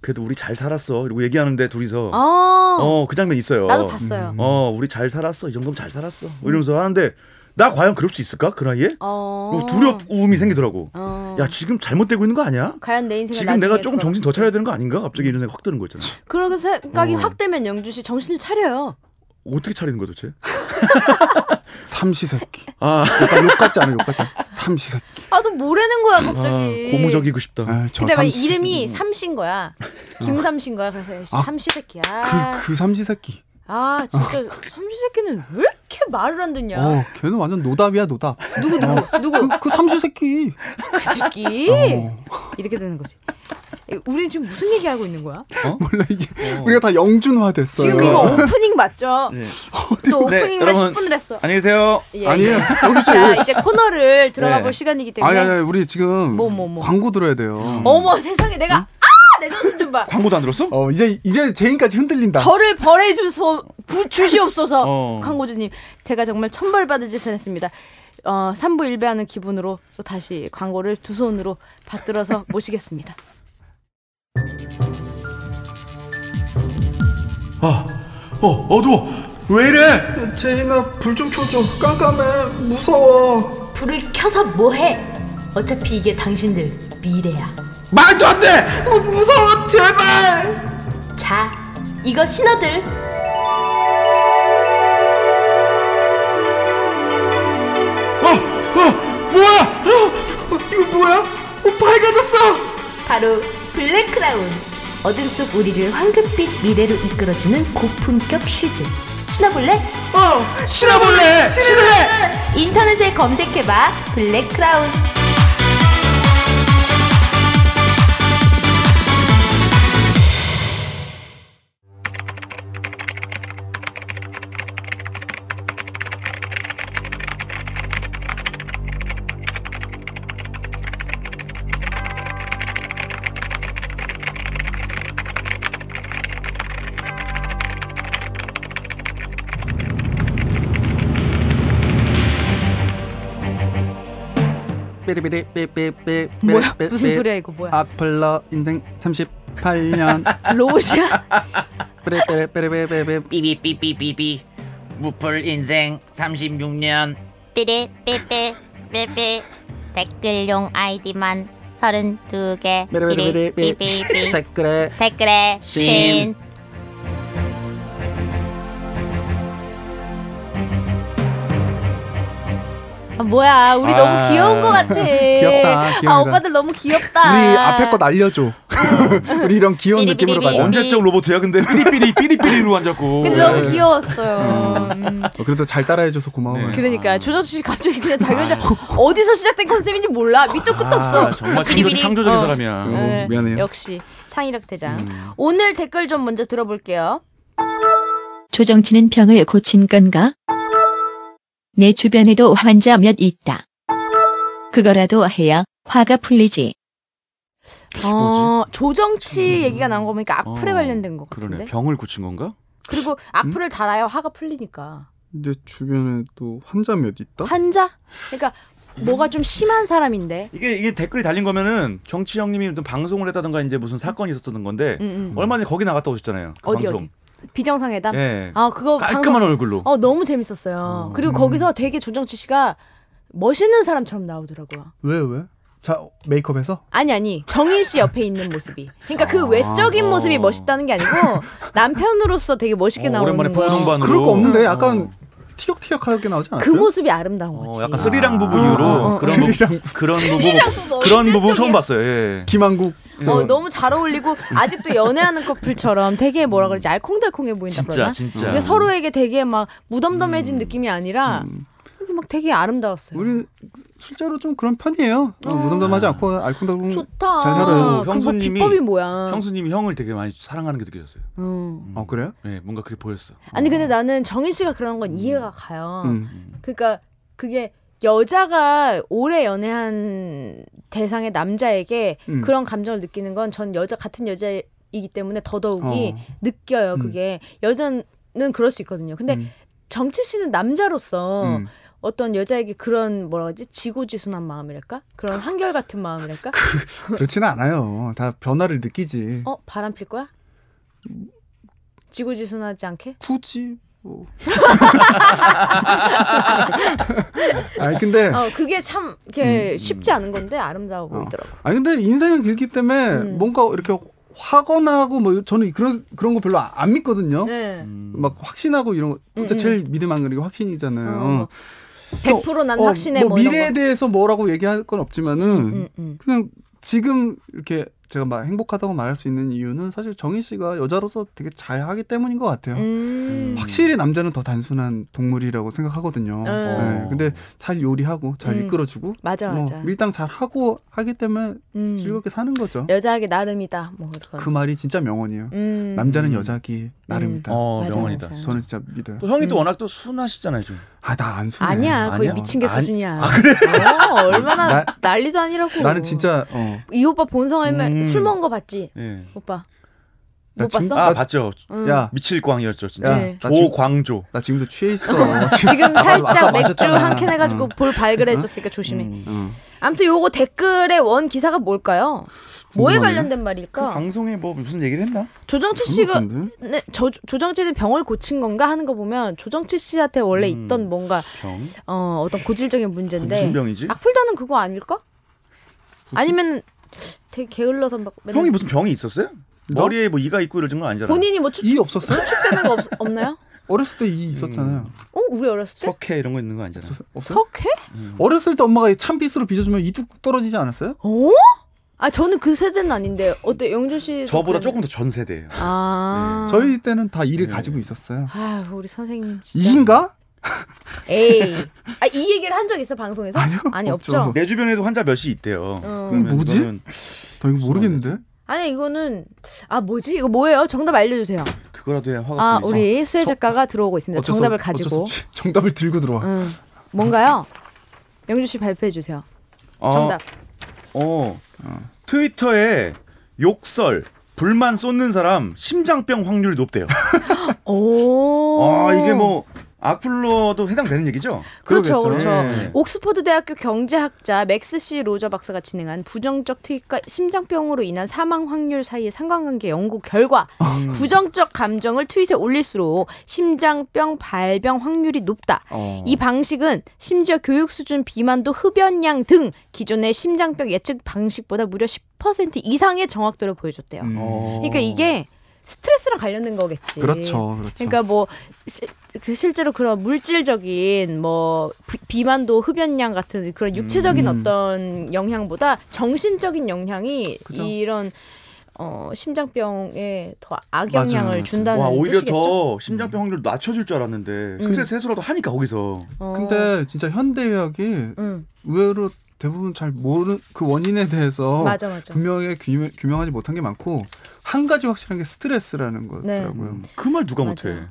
S3: 그래도 우리 잘 살았어. 이러고 얘기하는데 둘이서 어 그
S1: 어,
S3: 장면 있어요.
S1: 나도 봤어요.
S2: 음.
S3: 어 우리 잘 살았어. 이 정도면 잘 살았어. 뭐 이러면서 하는데 나 과연 그럴 수 있을까 그 나이에?
S1: 어.
S3: 그리고 두려움이 생기더라고.
S1: 어.
S3: 야 지금 잘못되고 있는 거 아니야?
S1: 과연 내 인생은
S3: 지금 내가
S1: 나중에
S3: 조금
S1: 돌아가-
S3: 정신 더 차려야 되는 거 아닌가? 갑자기 이런 생각 확 드는 거 있잖아.
S1: 그런 생각이
S3: 어.
S1: 확 되면 영주 씨 정신을 차려요.
S3: 어떻게 차리는 거야 도대체?
S2: 삼시세끼.
S3: 아
S2: 약간 욕 같지 않아? 욕 같지 않아? 삼시세끼.
S1: 아또 뭐라는 거야 갑자기.
S3: 고무적이고 싶다.
S2: 아, 저
S1: 근데 왜
S2: 아, 삼시세끼.
S1: 이름이 삼신 거야? 김삼신 거야. 그래서
S2: 어. 아,
S1: 삼시새끼야.
S2: 그, 그 삼시세끼.
S1: 아 진짜 삼시새끼는 왜 이렇게 말을 안 듣냐?
S2: 어, 걔는 완전 노답이야, 노답.
S1: 누구 누구 누구
S2: 그, 그 삼시세끼.
S1: 그 새끼
S2: 어.
S1: 이렇게 되는 거지. 우리는 지금 무슨 얘기 하고 있는 거야?
S2: 네. 몰라, 이게. 우리가 다 영준화 됐어요.
S1: 어. 지금 이거 오프닝 맞죠?
S3: 네.
S1: 또
S3: 네,
S1: 오프닝만
S3: 여러분.
S1: 10분을 했어.
S3: 안녕히 계세요.
S1: 예,
S2: 아니에요.
S1: 예.
S2: 여기 씨.
S1: 자 이제 코너를 들어가
S3: 네.
S1: 볼 시간이기 때문에
S2: 아니, 아니, 우리 지금
S1: 뭐, 뭐, 뭐.
S2: 광고 들어야 돼요.
S1: 어머 세상에 내가 아 내 정신 좀 봐.
S3: 광고도 안 들었어?
S2: 어, 이제, 이제 제인까지 흔들린다.
S1: 저를 벌해 주소 부, 주시옵소서.
S3: 어.
S1: 광고주님 제가 정말 천벌 받을 짓을 했습니다. 어, 삼부 일배하는 기분으로 또 다시 광고를 두 손으로 받들어서 모시겠습니다.
S4: 어, 어두워. 왜 이래? 제인아, 불 좀 켜줘. 깜깜해. 무서워.
S5: 불을 켜서 뭐해? 어차피 이게 당신들 미래야.
S4: 말도 안 돼! 무, 무서워, 제발!
S5: 자, 이거 신호들.
S4: 어, 어, 뭐야? 어, 어, 이거 뭐야? 어, 밝아졌어!
S5: 바로 블랙크라운. 어둠 속 우리를 황금빛 미래로 이끌어주는 고품격 슈즈. 신어볼래?
S4: 어, 실어볼래! 실을래!
S5: 인터넷에 검색해봐. 블랙크라운.
S2: 삐리삐리 삐삐삐
S1: 뭐야?
S2: 네,
S1: 무슨 소리야 이거 뭐야?
S2: 아플러 인생 38년
S1: 로봇이야?
S2: 삐리삐리 삐리삐리
S6: 삐비삐삐삐삐 무풀 인생 36년
S7: 삐리 삐삐 삐삐 댓글용 아이디만 32개 삐리 삐삐삐
S2: 댓글에
S7: 댓글에 신
S1: 아, 뭐야? 우리
S3: 아.
S1: 너무 귀여운 것 같아.
S2: 귀엽다, 귀엽다.
S1: 아 어. 오빠들 너무 귀엽다.
S2: 우리 앞에 거 날려줘 우리 이런 귀여운
S7: 삐리삐리
S2: 느낌으로 가자
S7: 삐리.
S3: 언제적 로봇이야 근데 네. 삐리삐리 삐리삐리로 앉았고.
S1: 근데
S2: 네.
S1: 너무 귀여웠어요. 음.
S2: 어, 그래도 잘 따라해줘서 고마워
S3: 네.
S2: 요
S1: 그러니까 조정수 씨 갑자기 그냥 자기 혼자
S2: 아.
S1: 어디서 시작된 컨셉인지 몰라 밑도 끝도 없어.
S3: 아, 정말 창조,
S1: 삐리삐리.
S3: 창조적인
S1: 어.
S3: 사람이야.
S2: 음. 어, 미안해요.
S1: 역시 창의력 대장.
S2: 음.
S1: 오늘 댓글 좀 먼저 들어볼게요.
S8: 조정치는 병을 고친 건가? 내 주변에도 환자 몇 있다. 그거라도 해야 화가 풀리지.
S1: 어, 조정치 얘기가 나온 거 보니까 악플에
S3: 음. 어,
S1: 관련된 것 같은데.
S3: 그러네. 음? 병을 고친 건가?
S1: 그리고 악플을 달아야 화가 풀리니까.
S2: 내 주변에 또 환자 몇 있다?
S1: 환자? 그러니까 뭐가 좀 심한 사람인데.
S3: 이게 이게 댓글이 달린 거면은 정치 형님이 무슨 방송을 했다던가 이제 무슨 사건이 있었던 건데
S1: 음, 음.
S3: 얼마 전에 거기 나갔다 오셨잖아요. 그
S1: 어디,
S3: 방송.
S1: 비정상회담.
S3: 예.
S1: 아 그거
S3: 깔끔한 음.
S1: 방송-
S3: 얼굴로.
S1: 어 너무 재밌었어요. 그리고 거기서 되게 조정치 씨가 멋있는 사람처럼 나오더라고요.
S2: 왜 왜? 자 메이크업해서?
S1: 아니 아니 정인 씨 옆에 있는 모습이 그러니까 그
S2: 아,
S1: 외적인
S3: 어.
S1: 모습이 멋있다는 게 아니고 남편으로서 되게 멋있게
S3: 어,
S1: 나오는
S3: 오랜만에
S1: 거예요.
S3: 풍동반으로.
S2: 그럴 거 없는데
S3: 어.
S2: 약간 티격태격하게 나오지
S1: 그
S2: 않았어요?
S1: 모습이 아름다운 거지.
S3: 어, 약간 쓰리랑 부부 이후로
S1: 어, 어.
S3: 그런 부부-
S2: 스리랑
S3: 그런
S1: 쓰리랑
S3: 부부
S1: 부부,
S3: 그런 부부
S1: 진짜
S3: 처음
S1: 저기-
S3: 봤어요. 예.
S2: 김한국 저
S1: 어, 너무 잘 어울리고 아직도 연애하는 커플처럼 되게 뭐라 그러지 알콩달콩해 보인다
S3: 진짜 음.
S1: 그러나?
S3: 진짜.
S1: 이게 서로에게 되게 막 무덤덤해진 느낌이 아니라
S2: 음.
S1: 이게 막 되게 아름다웠어요.
S2: 우리 실제로 좀 그런 편이에요 어, 무덤덤하지 않고 알콩달콩
S1: 음. 좋다.
S2: 잘
S1: 그뭐
S2: 살아요.
S3: 형수님이-
S1: 비법이 뭐야?
S3: 음. 형수님이 형을 되게 많이 사랑하는 게 느껴졌어요.
S1: 음.
S2: 어 그래요?
S3: 예, 뭔가 그게 보였어.
S1: 아니 근데 나는 정인 씨가 그런 건 이해가 가요.
S2: 음.
S1: 그러니까 그게 여자가 오래 연애한 대상의 남자에게
S2: 음.
S1: 그런 감정을 느끼는 건 전 여자 같은 여자이기 때문에 더더욱이 느껴요.
S2: 음.
S1: 그게 여자는 그럴 수 있거든요. 근데 어.
S2: 음.
S1: 정치 씨는 남자로서
S2: 음.
S1: 어떤 여자에게 그런 뭐라 그러지 지고지순한 마음이랄까 그런 한결같은 마음이랄까
S2: 그렇지는 않아요. 다 변화를 느끼지.
S1: 어 바람 필 거야 지고지순하지 않게
S2: 굳이 뭐. 아니 근데
S1: 어 그게 참 이렇게
S2: 네. 음, 어. 음.
S1: 쉽지 않은 건데 아름다워 보이더라고
S2: 아니 근데 인생은 길기 때문에
S1: 음.
S2: 뭔가 이렇게 화거나고 뭐 저는 그런 그런 거 별로 안 믿거든요.
S1: 네.
S2: 막 확신하고 이런 거
S1: 음,
S2: 진짜
S1: 음.
S2: 제일 믿음 안 그리고 확신이잖아요.
S1: 어, 100%난
S2: 어,
S1: 확신해
S2: 뭐
S1: 뭐 이런
S2: 미래에
S1: 거.
S2: 대해서 뭐라고 얘기할 건 없지만은
S1: 음, 음.
S2: 그냥 지금 이렇게 제가 막 행복하다고 말할 수 있는 이유는 사실 정희 씨가 여자로서 되게 잘하기 때문인 것 같아요.
S1: 음.
S2: 확실히 남자는 더 단순한 동물이라고 생각하거든요.
S1: 음.
S2: 네, 근데 잘 요리하고 잘
S1: 음.
S2: 이끌어주고
S1: 맞아
S2: 뭐
S1: 맞아
S2: 밀당 잘 하고 하기 때문에
S1: 음.
S2: 즐겁게 사는 거죠.
S1: 여자하기 나름이다 뭐 그런
S2: 그 말이 진짜 명언이에요.
S1: 음.
S2: 남자는
S3: 음.
S2: 여자기 나름이다.
S3: 어
S1: 맞아,
S3: 명언이다.
S1: 맞아.
S2: 저는 진짜 믿어요.
S3: 또 형이 또
S1: 음.
S3: 워낙 또 순하시잖아요 좀.
S2: 아 나 안 순해.
S1: 아니야 거의
S3: 아니야.
S1: 미친 개
S3: 아니-
S1: 수준이야 어, 얼마나
S2: 나-
S1: 난리도 아니라고
S2: 나는 진짜 어.
S1: 이 오빠 본성 알면
S3: 음.
S1: 술 먹은 거 봤지
S3: 예.
S1: 오빠
S2: 나
S1: 못
S2: 지금-
S1: 봤어?
S3: 아 봤죠.
S1: 응.
S2: 야,
S3: 미칠광이었죠 진짜.
S2: 야,
S1: 네.
S2: 나 지금
S3: 조광조.
S2: 나 지금도 취해 있어.
S1: 지금
S2: 아까
S1: 살짝 맥주
S2: 마셨잖아.
S1: 한 캔 해가지고
S2: 어.
S1: 볼 발그레졌으니까 조심해.
S2: 응.
S1: 아무튼 요거 댓글의 원 기사가 뭘까요? 뭐에
S2: 궁금하네요. 그
S1: 관련된 말일까?
S3: 방송에 뭐 무슨 얘기를 했나?
S1: 조정치 씨가
S2: 행복한데?
S1: 네, 저, 조정치는 병을 고친 건가 하는 거 보면 조정치 씨한테 원래
S3: 음.
S1: 있던 뭔가
S3: 병
S1: 어, 어떤 고질적인 문제인데
S3: 무슨 병이지?
S1: 악플다는 그거 아닐까? 아니면 되게 게을러서 막 맨날
S3: 형이 무슨 병이 있었어요? 머리에 뭐 이가 있고 이러진 건 아니잖아.
S1: 네. 본인이 뭐
S2: 이 없었어요?
S1: 추측되는 거 없, 없나요?
S2: 어렸을 때 이 있었잖아요.
S1: 어 우리 어렸을 때
S3: 석회 이런 거 있는 거 아니잖아.
S2: 없었- 없어요?
S1: 석회?
S2: 어렸을 때 엄마가 이 참빗으로 빚어주면 이뚝 떨어지지 않았어요?
S1: 어? 아 저는 그 세대는 아닌데 어때 영준 씨
S3: 저보다
S1: 세대는?
S3: 조금 더 전 세대예요.
S1: 아
S2: 저희 때는 다 이를
S3: 네.
S2: 가지고 있었어요.
S1: 아유 우리 선생님 진짜
S2: 이인가?
S1: 에이 아이 얘기를 한 적 있어 방송에서
S2: 아니요,
S1: 아니 없죠,
S2: 없죠.
S3: 내 주변에도 환자 몇이 있대요. 그러면
S2: 뭐지?
S3: 이거는
S2: 나 이거 모르겠는데.
S1: 아니 이거는 아 뭐지 이거 뭐예요 정답 알려주세요
S3: 그거라도 해야 화가
S1: 아
S3: 풀리지.
S1: 우리 수혜 작가가 들어오고 있습니다
S2: 어, 어쩔 수
S1: 정답을
S2: 없-
S1: 가지고
S2: 어쩔 수 없이 정답을 들고 들어와.
S1: 음, 뭔가요 영주 씨 발표해 주세요
S2: 아.
S3: 어,
S1: 정답
S3: 어. 트위터에 욕설 불만 쏟는 사람 심장병 확률이 높대요.
S1: 오
S3: 아 이게 뭐 악플로도 해당되는 얘기죠?
S1: 그렇죠
S2: 그러겠죠. 예.
S1: 그렇죠
S3: 네.
S1: 옥스퍼드 대학교 경제학자 맥스 C 로저 박사가 진행한 부정적 트윗과 심장병으로 인한 사망 확률 사이의 상관관계 연구 결과
S2: 음.
S1: 부정적 감정을 트윗에 올릴수록 심장병 발병 확률이 높다.
S2: 어.
S1: 이 방식은 심지어 교육 수준 비만도 흡연량 등 기존의 심장병 예측 방식보다 무려 10% 이상의 정확도를 보여줬대요.
S2: 음.
S3: 어.
S1: 그러니까 이게 스트레스랑 관련된 거겠지.
S2: 그렇죠, 그렇죠.
S1: 네. 그러니까 뭐 시- 그 실제로 그런 물질적인 뭐 비- 비만도 흡연량 같은 그런 육체적인
S2: 음.
S1: 어떤 영향보다 정신적인 영향이
S2: 그죠.
S1: 이런 어 심장병에 더
S2: 맞아요,
S1: 악영향을
S2: 맞아요.
S1: 준다는
S3: 와 오히려
S1: 뜻이겠죠. 음.
S3: 더 심장병 확률 낮춰질 줄 알았는데 스트레스 해소라도 하니까 거기서
S1: 어.
S2: 근데 진짜 현대의학이
S1: 응
S2: 의외로 대부분 잘 모르는 그 원인에 대해서
S1: 맞아 맞아.
S2: 분명히 규명, 규명하지 못한 게 많고 한 가지 확실한 게 스트레스라는
S1: 네.
S2: 거더라고요.
S3: 그 말 누가
S1: 음. 맞아.
S3: 못해.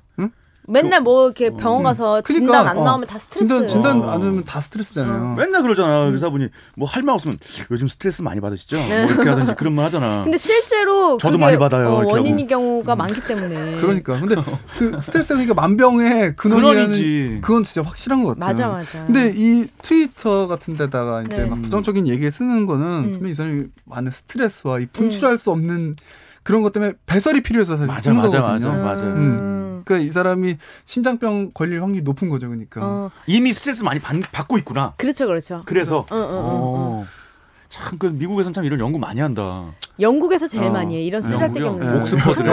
S1: 맨날 뭐 이렇게 병원 가서
S2: 그러니까,
S1: 진단 안
S2: 어.
S1: 나오면 다 스트레스. 어.
S2: 진단 진단
S3: 어.
S2: 안 하면 다 스트레스잖아요.
S3: 맨날
S1: 음.
S3: 그러잖아 의사분이 뭐 할 말 없으면 요즘 스트레스 많이 받으시죠? 뭐 이렇게 하든지 그런 말 하잖아.
S1: 네. 근데 실제로
S3: 저도
S1: 그게
S3: 많이 받아요,
S1: 어,
S3: 이렇게
S1: 원인이 경우가 많기 때문에.
S2: 음. 그러니까 근데 그 스트레스가 그러니까 만병의 근원이라는
S3: 근원이지.
S2: 그건 진짜 확실한 것 같아요.
S1: 맞아 맞아.
S2: 음. 근데 이 트위터 같은 데다가 이제
S1: 네.
S2: 막 부정적인 얘기를 쓰는 거는
S1: 음.
S2: 분명히 이 사람이 많은 스트레스와 이 분출할 수 없는 그런 것 때문에 배설이 필요해서 사실
S3: 맞아,
S2: 쓰는
S3: 맞아,
S2: 거거든요.
S3: 맞아.
S1: 음.
S2: 그러니까 이 사람이 심장병 걸릴 확률이 높은 거죠, 그러니까.
S1: 어,
S3: 이미 스트레스 많이 받, 고 있구나.
S1: 그렇죠 그렇죠.
S3: 그래서
S1: 응, 응, 응,
S3: 어, 참, 그 미국에선 참 이런 연구 많이 한다.
S1: 영국에서 제일
S3: 어.
S1: 많이 해. 이런 쓰잘데기
S3: 영국이요?
S1: 없는.
S3: 네.
S1: 거.
S3: 옥스퍼드래요.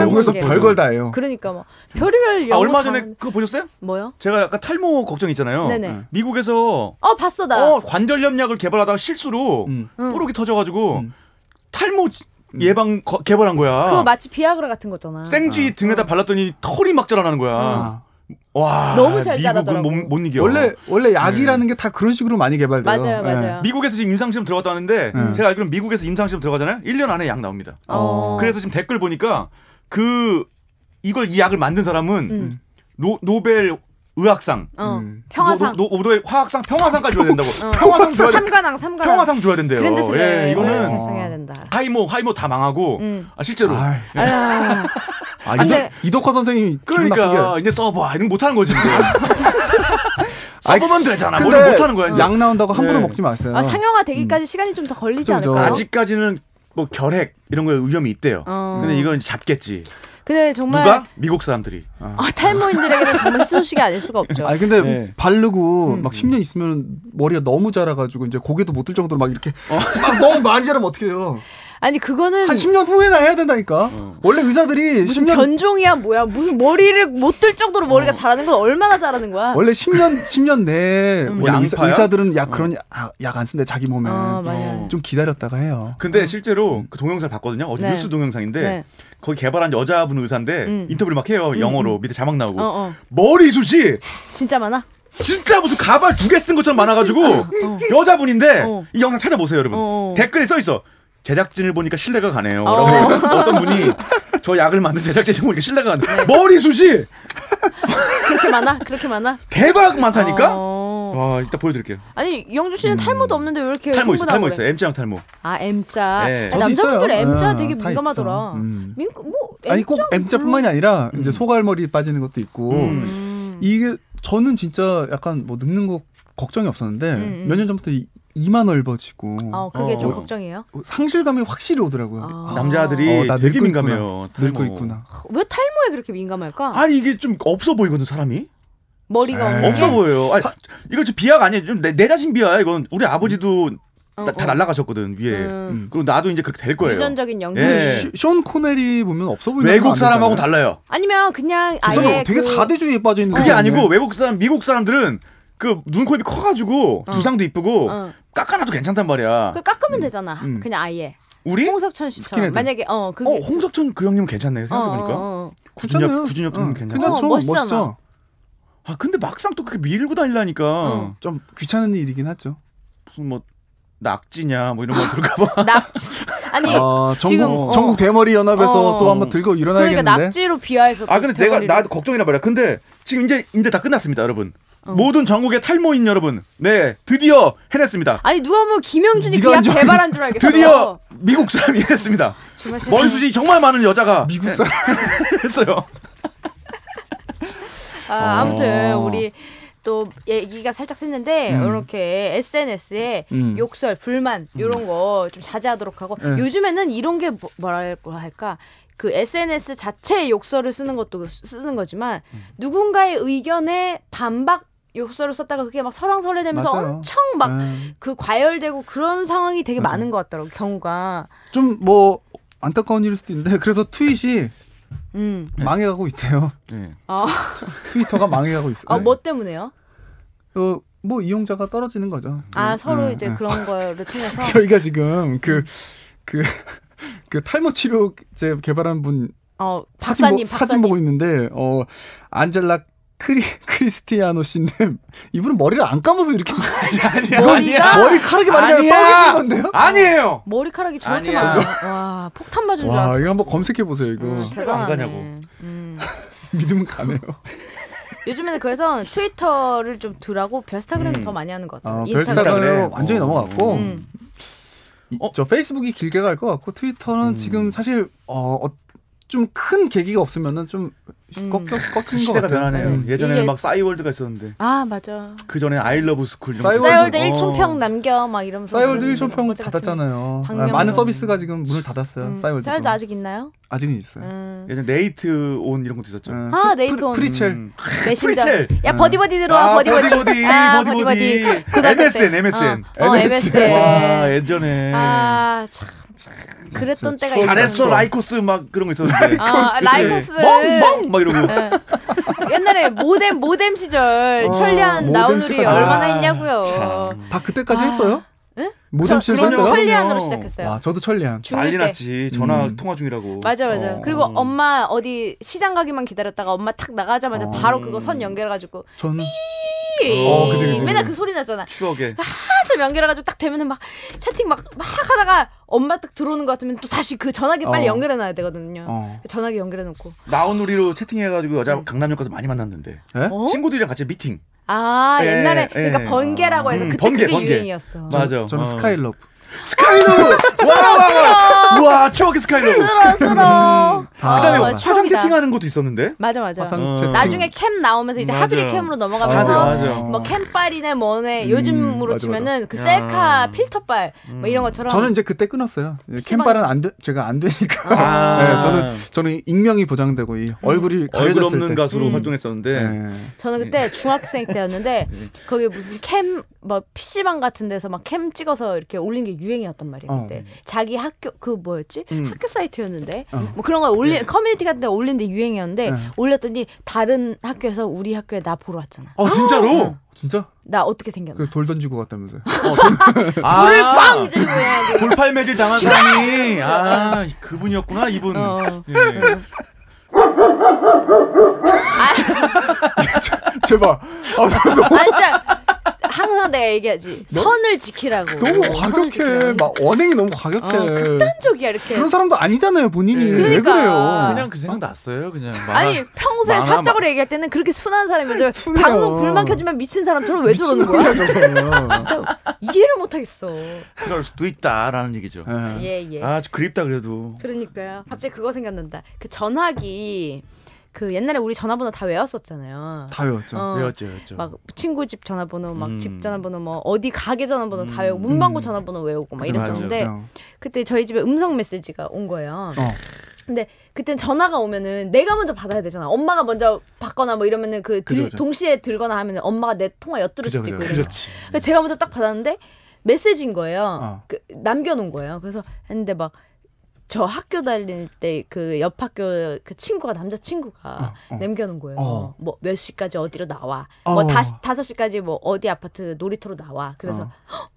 S1: 한국이래.
S2: 영국에서 별걸 다 해요.
S1: 그러니까 뭐 별의별
S3: 아,
S1: 영어
S3: 얼마
S1: 다
S3: 전에
S1: 하는-
S3: 그거 보셨어요?
S1: 뭐요?
S3: 제가 약간 탈모 걱정 있잖아요.
S1: 네네.
S3: 미국에서
S1: 어 봤어 나.
S3: 어, 관절염약을 개발하다가 실수로
S2: 음.
S3: 뽀록이 터져가지고
S2: 음.
S3: 탈모 예방 거- 개발한 거야.
S1: 그거 마치 비아그라 같은 거잖아.
S3: 생쥐 등에다 발랐더니 털이 막 자라나는 거야.
S2: 아.
S3: 와
S1: 너무 잘
S3: 미국은
S1: 자라더라고.
S3: 못, 못 이겨.
S2: 원래 원래 약이라는
S3: 네.
S2: 게 다 그런 식으로 많이 개발돼요.
S1: 맞아요
S2: 예.
S1: 맞아요.
S3: 미국에서 지금 임상시험 들어갔다 하는데
S2: 음.
S3: 제가 알기로는 미국에서 임상시험 들어가잖아요. 1년 안에 약 나옵니다.
S1: 어.
S3: 그래서 지금 댓글 보니까 그 이걸 이 약을 만든 사람은
S1: 음.
S3: 노, 노벨 의학상
S1: 어.
S2: 음.
S1: 평화상.
S3: 노, 노, 노벨 화학상 평화상까지 줘야 된다고.
S1: 어.
S3: 평화상 줘야 돼.
S1: 삼관왕 삼관왕.
S3: 평화상 줘야 된대요.
S1: 그랜드슬램.
S3: 예,
S1: 네,
S3: 이거는
S1: 결성해야 된다.
S3: 하이모 하이모 다 망하고
S1: 음.
S3: 아, 실제로
S2: 아이,
S1: 아야.
S2: 아,
S1: 근데-
S2: 이덕- 이덕화 선생님이 기분
S3: 그러니까
S2: 나쁘게
S3: 이제 써봐 이런 거 못하는 거지. 이제.
S9: 써보면 되잖아. 뭘
S2: 근데
S9: 못하는 거야. 이제.
S2: 양 나온다고 함부로
S3: 네.
S2: 먹지 마세요.
S1: 아, 상영화 되기까지 시간이 좀 더 걸리지
S2: 어. 그죠, 그죠.
S1: 않을까요?
S3: 아직까지는 뭐 결핵 이런 거에 위험이 있대요.
S1: 어.
S3: 근데 이건 이제 잡겠지.
S1: 근데 정말
S3: 누가? 미국 사람들이. 아.
S1: 아, 탈모인들에게는 정말 희소식이 아닐 수가 없죠.
S2: 아니 근데
S3: 네.
S2: 바르고
S1: 음.
S2: 막 10년 있으면 머리가 너무 자라가지고 이제 고개도 못 들 정도로 막 이렇게
S9: 어.
S2: 막 너무 많이 자라면 어떡해요
S1: 아니 그거는
S2: 한 10년 후에나 해야 된다니까
S9: 어.
S2: 원래 의사들이
S1: 무슨
S2: 10년
S1: 변종이야 뭐야 무슨 머리를 못 들 정도로 머리가
S3: 어.
S1: 자라는 건 얼마나 자라는 거야?
S2: 원래 10년 10년 내에 우리
S3: 양파야?
S2: 의사- 의사들은
S9: 어.
S2: 약 그런 아, 약 안 쓴대 자기 몸에
S1: 음. 어, 맞아요.
S2: 좀 기다렸다가 해요
S3: 근데 실제로 그 동영상 을 봤거든요. 어제
S1: 음. 네.
S3: 뉴스 동영상인데
S1: 네.
S3: 거기 개발한 여자분 의사인데
S1: 음.
S3: 인터뷰를 막 해요. 영어로 밑에 자막 나오고
S1: 어, 어.
S3: 머리숱이
S1: 진짜 많아?
S3: 진짜 무슨 가발 두 개 쓴 것처럼 많아가지고 여자분인데
S1: 어.
S3: 이 영상 찾아보세요, 여러분.
S1: 어.
S3: 댓글에 써 있어. 제작진을 보니까 신뢰가 가네요.
S1: 어.
S3: 라고 어떤 분이 저 약을 만든 제작진을 보니까 신뢰가 가네. 머리숱이
S1: 그렇게 많아? 그렇게 많아?
S3: 대박 많다니까.
S1: 어.
S3: 와 이따 보여드릴게요.
S1: 아니 영주 씨는 탈모도 없는데 왜 이렇게
S3: 탈모 있어,
S1: 흥분하고
S3: 탈모 있어.
S1: 그래?
S3: M자형 탈모.
S1: 아 M자.
S3: 네.
S1: 아,
S2: 저도
S1: 남자분들
S2: 있어요.
S1: M자
S3: 예.
S2: 네,
S1: 되게
S2: 다
S1: 민감하더라.
S2: 있죠. 음.
S1: 민, 뭐
S2: 아니 꼭
S1: M자는
S2: M자뿐만이 아니라
S9: 음.
S2: 이제 소갈머리 빠지는 것도 있고 이게 저는 진짜 약간 뭐 늙는 거 걱정이 없었는데
S1: 음, 음.
S2: 몇 년 전부터 이, 이마 넓어지고
S1: 별로- 어 그게
S3: 어.
S1: 좀 걱정이에요.
S2: 상실감이 확실히 오더라고요.
S1: 아.
S3: 남자들이
S2: 어, 나
S3: 되게
S2: 늙고
S3: 민감해요. 탈모.
S2: 늙고 있구나.
S1: 왜 탈모에 그렇게 민감할까?
S3: 아니 이게 좀 없어 보이거든 사람이.
S1: 머리가
S2: 네.
S1: 없는
S3: 없어
S1: 게?
S3: 보여요. 아니, 이거 좀 비하가 아니에요. 좀 내, 내 자신 비하야. 이건 우리 아버지도
S1: 어,
S3: 다,
S1: 어.
S3: 다 날아가셨거든 위에.
S1: 음.
S3: 그리고 나도 이제 그렇게 될 거예요.
S1: 유전적인 영향.
S3: 예.
S2: 쇼- 쇼 코넬이 보면 없어 보이는
S3: 외국 사람하고 달라요.
S1: 아니면 그냥
S2: 저
S1: 아예
S3: 어,
S2: 사람 되게
S1: 그-
S2: 사대주의에 빠져 있는
S3: 그게
S1: 어. 네.
S3: 아니고 외국 사람, 미국 사람들은 그 눈코입이 커가지고 두상도 이쁘고
S1: 어.
S3: 깎아놔도 괜찮단 말이야.
S1: 그 깎으면 되잖아.
S3: 음.
S1: 그냥 아예.
S3: 우리?
S1: 홍석천 씨처럼
S2: 스킨헤드.
S1: 만약에 어 그게
S3: 어 홍석천 그 형님은 괜찮네요. 생각해보니까.
S1: 어, 어.
S2: 구준엽
S3: 구준엽- 구준엽
S2: 응.
S3: 형님 괜찮아.
S2: 근데
S1: 어,
S2: 저
S1: 멋있잖아.
S2: 멋있어.
S3: 아 근데 막상 또 그렇게 밀고 다니려니까
S1: 어.
S2: 좀 귀찮은 일이긴 하죠.
S3: 무슨 뭐 낙지냐 뭐 이런 말 들을까봐.
S1: 어. 낙지 아니
S2: 아, 전국
S1: 지금, 어.
S2: 전국 대머리 연합에서
S1: 어.
S2: 또 한번 들고
S1: 그러니까
S2: 일어나야겠는데.
S1: 낙지로 비하해서
S3: 아 근데 내가 나 걱정이란 말이야. 근데 지금 이제 이제 다 끝났습니다, 여러분.
S1: 어.
S3: 모든 전국의 탈모인 여러분, 네 드디어 해냈습니다.
S1: 아니 누가 보면 김영준이
S2: 네가
S1: 그 약
S2: 한줄
S1: 개발한 줄 알겠어.
S3: 드디어 미국 사람이 해냈습니다.
S1: 정말 세상에.
S3: 머리숱이 정말 많은 여자가
S2: 미국 사람
S3: 했어요.
S1: 아,
S2: 어.
S1: 아무튼 우리 또 얘기가 살짝 샜는데 이렇게 SNS에
S2: 음.
S1: 욕설, 불만 이런 거 좀 자제하도록 하고
S2: 네.
S1: 요즘에는 이런 게 뭐- 뭐라고 할까? 그 SNS 자체의 욕설을 쓰는 것도 쓰- 쓰는 거지만
S2: 음.
S1: 누군가의 의견에 반박 욕설을 썼다가 그게 막 설왕설래되면서
S2: 맞아요. 네.
S1: 엄청 막 그 과열되고 그런 상황이 되게 많은 것 같더라고 경우가.
S2: 좀 뭐 안타까운 일일 수도 있는데 그래서 트윗이
S1: 음.
S2: 망해가고 있대요.
S1: 어,
S2: 트위터가 망해가고 있어요. 네.
S1: 어, 뭐 때문에요?
S2: 어, 뭐 이용자가 떨어지는 거죠.
S1: 아
S2: 음,
S1: 서로
S2: 음,
S1: 이제
S2: 음.
S1: 그런 거를 통해서.
S2: 저희가 지금 그 그, 그 탈모 치료제 개발한 분
S1: 어
S2: 사진,
S1: 박사님
S2: 보,
S1: 박사님.
S2: 사진 보고 있는데 어 안젤라 크리 크리스티아노 씨인데 이분은 머리를 안 감아서 이렇게
S1: 머리가
S2: 머리카락이 많이
S3: 아니야.
S2: 떨어진 건데요?
S3: 아니에요.
S1: 머리카락이 저렇게
S3: 아니야.
S1: 많아. 와 폭탄 맞은 줄
S2: 와
S1: 알았어.
S2: 이거 한번 검색해 보세요 이거
S1: 음,
S3: 차가
S1: 대단하네.
S3: 안 가냐고.
S1: 음.
S2: 믿으면 가네요.
S1: 요즘에는 그래서 트위터를 좀 덜하고 별스타그램을
S3: 음.
S1: 더 많이 하는 것 같아요.
S2: 아,
S1: 인스타그램.
S3: 별스타그램.
S2: 별스타가 완전히 넘어갔고
S1: 음.
S2: 이-
S3: 어? 음.
S2: 저 페이스북이 길게 갈 것 같고 트위터는 지금 사실 어, 어좀 큰 계기가 없으면은 좀
S1: 음.
S2: 꺾여 꺾인 것
S3: 시대가
S2: 같아요.
S3: 변하네요.
S1: 음.
S3: 예전에는
S1: 이게-
S3: 막 싸이월드가 있었는데
S1: 아 맞아.
S3: 그 전에 아이러브 스쿨 이런 거
S2: 싸이월드.
S1: 싸이월드
S3: 있었는데.
S1: 1초평 남겨 막 이러면서.
S2: 싸이월드
S1: 그런
S2: 1초평
S1: 어제 같은-
S2: 닫았잖아요. 아,
S1: 방명록.
S2: 많은 서비스가 지금 문을 닫았어요.
S1: 음.
S2: 싸이월드. 네.
S1: 싸이월드 아직 있나요?
S2: 아직은 있어요.
S1: 음.
S3: 예전 네이트 온 이런 것도 있었죠.
S2: 음,
S1: 아,
S2: 프리-
S1: 네이트 온.
S2: 프리첼.
S3: 음.
S1: 메신저.
S3: 프리첼.
S1: 야 버디버디 들어와 버디버디.
S3: 버디버디
S1: 아,
S3: 버디버디
S1: 버디버디. 고등학교
S3: MSN
S1: 때.
S3: MSN
S1: 어, 어, MSN.
S3: 와 예전에
S1: 아참 그랬던 때가 있었는데.
S3: 잘했어 라이코스 막 그런 거 있었는데
S1: 아, 라이코스.
S3: 멍멍 막 이러고
S1: 옛날에 모뎀 모뎀 시절
S2: 모뎀
S1: 천리안 나우누리
S2: 시절.
S1: 얼마나
S3: 아,
S1: 했냐고요.
S3: 참.
S2: 다 그때까지 했어요?
S1: 응?
S2: 모뎀
S1: 아, 저-
S2: 실수
S1: 저는
S3: 했어요?
S2: 했어요?
S1: 천리안으로
S3: 그럼요.
S1: 시작했어요.
S2: 와, 저도 천리안.
S1: 중일
S3: 난리
S1: 때.
S3: 났지 전화
S2: 음.
S3: 통화 중이라고
S1: 맞아 맞아.
S3: 어.
S1: 그리고 엄마 어디 시장 가기만 기다렸다가 엄마 탁 나가자마자
S2: 어.
S1: 바로 그거 선 연결해가지고
S2: 저는
S1: 네.
S3: 어, 그치, 그치,
S1: 맨날
S3: 그치.
S1: 그 소리 났잖아.
S3: 추억에
S1: 한참 연결해가지고 딱 되면은 막 채팅 막 막 하다가 엄마 딱 들어오는 것 같으면 또 다시 그 전화기 빨리
S2: 어.
S1: 연결해놔야 되거든요.
S2: 어.
S1: 그 전화기 연결해놓고.
S3: 나온우리로 채팅해가지고 여자 강남역 가서 많이 만났는데
S2: 예?
S1: 어?
S3: 친구들이랑 같이 미팅
S1: 아
S3: 예,
S1: 옛날에
S3: 예.
S1: 그러니까 번개라고 해서
S3: 음,
S1: 그때
S3: 번개,
S1: 그게
S3: 번개.
S1: 유행이었어.
S3: 맞아
S2: 저는
S3: 어.
S2: 스카일러브.
S3: 스카이로 와와와 우와 추억의 스카이러브.
S1: 쓸어 쓸어.
S2: 아,
S3: 그다음에
S1: 아, 맞아,
S3: 화장
S1: 추억이다.
S3: 채팅하는 것도 있었는데.
S1: 맞아 맞아.
S2: 화상
S3: 어.
S2: 채팅.
S1: 나중에 캠 나오면서 이제
S3: 맞아요.
S1: 하두리 캠으로
S3: 맞아
S1: 넘어가면서
S3: 맞아.
S1: 뭐 캠빨이네 뭐네 요즘으로
S2: 음, 맞아, 음.
S1: 치면은 그
S3: 야.
S1: 셀카 필터빨 뭐 이런 것처럼
S2: 저는 이제 그때 끊었어요. 예,
S1: 시방-
S2: 캠빨은 안 되, 제가 안 되니까.
S3: 아.
S2: 네, 저는 저는 익명이 보장되고 이 얼굴이
S3: 얼굴
S2: 가려졌을
S3: 없는
S2: 때.
S3: 가수로
S1: 음.
S3: 활동했었는데
S2: 네.
S1: 저는 그때 중학생 때였는데
S2: 음.
S1: 거기 무슨 캠뭐 PC방 같은 데서 막 캠 찍어서 이렇게 올린 게 유행이었단 말이에요.
S2: 어.
S1: 그때 자기 학교 그 뭐였지?
S3: 음.
S1: 학교 사이트였는데
S2: 어.
S1: 뭐 그런 거 올리 커뮤니티 같은 데 올린 데 유행이었는데
S2: 네.
S1: 올렸더니 다른 학교에서 우리 학교에 나 보러 왔잖아.
S3: 어 진짜로?
S2: 진짜?
S1: 나 어떻게 생겼나?
S2: 그 아. 돌 던지고 갔다면서요.
S1: 불을 꽝 지르고 해야 돼.
S3: 돌팔매질 당한 사람이 아 그분이었구나 이분.
S1: 어.
S3: 예.
S2: 제발.
S1: 어,
S2: 아, 나 너무,
S1: 아 진짜 항상 내가 얘기하지 선을 지키라고.
S2: 너무 과격해. 막 언행이 너무 과격해.
S1: 어, 쪽이야 이렇게.
S2: 그런 사람도 아니잖아요, 본인이.
S3: 예.
S2: 왜
S1: 그러니까.
S2: 그래요?
S1: 그냥
S3: 그 생각 났어요 그냥.
S1: 아니 평소에
S3: 망아,
S1: 사적으로 얘기할 때는 그렇게 순한 사람인데
S2: 순해요.
S1: 방송 불만 켜주면 미친 사람처럼 왜 저러는 거야?
S2: 거야?
S1: 진짜 이해를 못하겠어.
S3: 그럴 수도 있다라는 얘기죠.
S1: 예 예.
S3: 아 그립다 그래도.
S1: 그러니까요. 갑자기 그거 생각난다. 그 전화기 그 옛날에 우리 전화번호 다 외웠었잖아요.
S2: 다 외웠죠.
S1: 어,
S3: 외웠죠, 외웠죠.
S1: 막 친구 집 전화번호, 막
S3: 음.
S1: 집 전화번호, 뭐 어디 가게 전화번호 다 외우고
S3: 음.
S1: 문방구
S2: 음.
S1: 전화번호 외우고 막
S3: 그죠, 맞아요.
S1: 이랬었는데
S2: 그죠.
S1: 그때 저희 집에 음성 메시지가 온 거예요.
S2: 어.
S1: 근데 그땐 전화가 오면은 내가 먼저 받아야 되잖아. 엄마가 먼저 받거나 뭐 이러면은 그 들-
S2: 그죠, 그죠.
S1: 동시에 들거나 하면은 엄마가 내 통화 엿들을
S2: 그죠,
S1: 수도 있고.
S2: 그죠.
S1: 이러잖아. 그래서 제가 먼저 딱 받았는데 메시지인 거예요.
S2: 어.
S1: 그, 남겨놓은 거예요. 그래서 했는데 막. 저 학교 다닐 때 그 옆 학교 그 친구가 남자 친구가
S2: 어, 어.
S1: 남겨놓은 거예요.
S2: 어.
S1: 뭐 몇 시까지 어디로 나와. 네.
S2: 어.
S1: 뭐 다시 다섯 시까지 뭐 어디 아파트 놀이터로 나와. 그래서
S2: 어.
S1: 헉!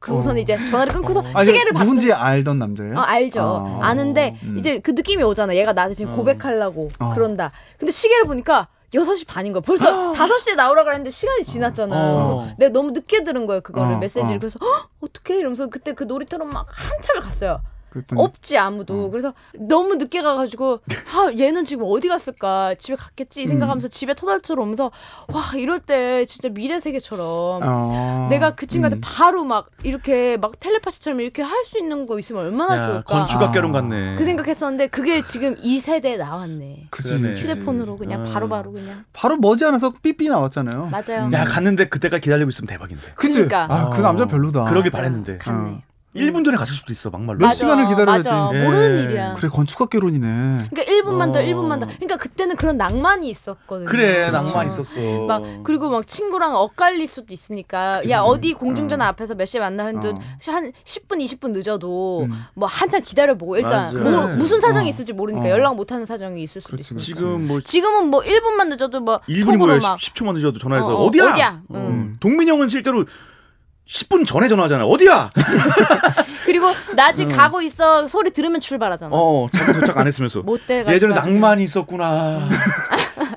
S1: 그러고서는
S2: 어.
S1: 이제 전화를 끊고서
S2: 아,
S1: 시계를 봤
S2: 누군지 알던 남자예요?
S1: 어, 알죠.
S2: 아.
S1: 아는데
S2: 음.
S1: 이제 그 느낌이 오잖아. 얘가 나한테 지금
S3: 어.
S1: 고백하려고
S2: 어.
S1: 그런다. 근데 시계를 보니까 6시 반인 거야. 벌써
S2: 아.
S1: 5시에 나오라 그랬는데 시간이 지났잖아.
S3: 어.
S1: 그래서 내가 너무 늦게 들은 거예요. 그거를
S2: 어,
S1: 메시지를.
S2: 어.
S1: 그래서 "헉, 어떡해 이러면서 그때 그 놀이터로 막 한참을 갔어요.
S2: 그랬더니
S1: 없지 아무도.
S2: 어.
S1: 그래서 너무 늦게 가가지고 아 얘는 지금 어디 갔을까? 집에 갔겠지 이
S2: 음.
S1: 생각하면서 집에 터덜터덜 오면서 와 이럴 때 진짜 미래 세계처럼
S2: 어.
S1: 내가 그 친구한테
S2: 음.
S1: 바로 막 이렇게 막 텔레파시처럼 이렇게 할 수 있는 거 있으면 얼마나
S3: 야,
S1: 좋을까.
S3: 건축학개론
S2: 아.
S3: 같네.
S1: 그 생각했었는데 그게 지금 이 세대에 나왔네.
S2: 그지,
S3: 그러네.
S2: 그지.
S1: 휴대폰으로 그냥
S3: 음.
S1: 바로바로 그냥.
S2: 바로 머지않아서 삐삐 음. 나왔잖아요.
S1: 맞아요.
S3: 야 갔는데 그때까지 기다리고 있으면 대박인데.
S2: 그치?
S1: 그러니까.
S2: 아, 그 남자 별로다.
S3: 어. 그러길 바랬는데.
S1: 음,
S2: 음.
S1: 갔네.
S3: 1분 전에 갔을 수도 있어 막말로.
S2: 몇 시간을 기다려야지. 네.
S1: 맞아.
S3: 예.
S1: 모르는 일이야.
S2: 그래, 건축학개론이네.
S1: 그러니까 1분만 더,
S3: 어.
S1: 1분만 더. 그러니까 그때는 그런 낭만이 있었거든요.
S3: 그래 낭만
S1: 어.
S3: 있었어.
S1: 막 그리고 막 친구랑 엇갈릴 수도 있으니까
S2: 그치,
S1: 야
S2: 그치.
S1: 어디 공중전화
S2: 어.
S1: 앞에서 몇 시에 만나는데
S2: 어.
S1: 한 10분 20분 늦어도
S2: 음.
S1: 뭐 한참 기다려보고 일단
S3: 맞아.
S1: 뭐
S2: 그래.
S1: 무슨 사정이
S2: 어.
S1: 있을지 모르니까
S2: 어.
S1: 연락 못하는 사정이 있을 수도
S2: 그렇지,
S1: 있으니까
S2: 그렇지.
S3: 지금 뭐
S1: 지금은 뭐 1분만 늦어도 뭐
S3: 1분이
S1: 톡으로
S3: 뭐야
S1: 막
S3: 10, 초만 늦어도 전화해서
S1: 어, 어,
S3: 어, 디야
S1: 어디야? 음.
S3: 동민 형은 실제로 10분 전에 전화하잖아. 어디야?
S1: 그리고 나 지금 가고 있어 소리 들으면 출발하잖아.
S3: 어 자기 도착 안 했으면서.
S1: 뭐 못돼가
S3: 예전에 낭만이 있었구나.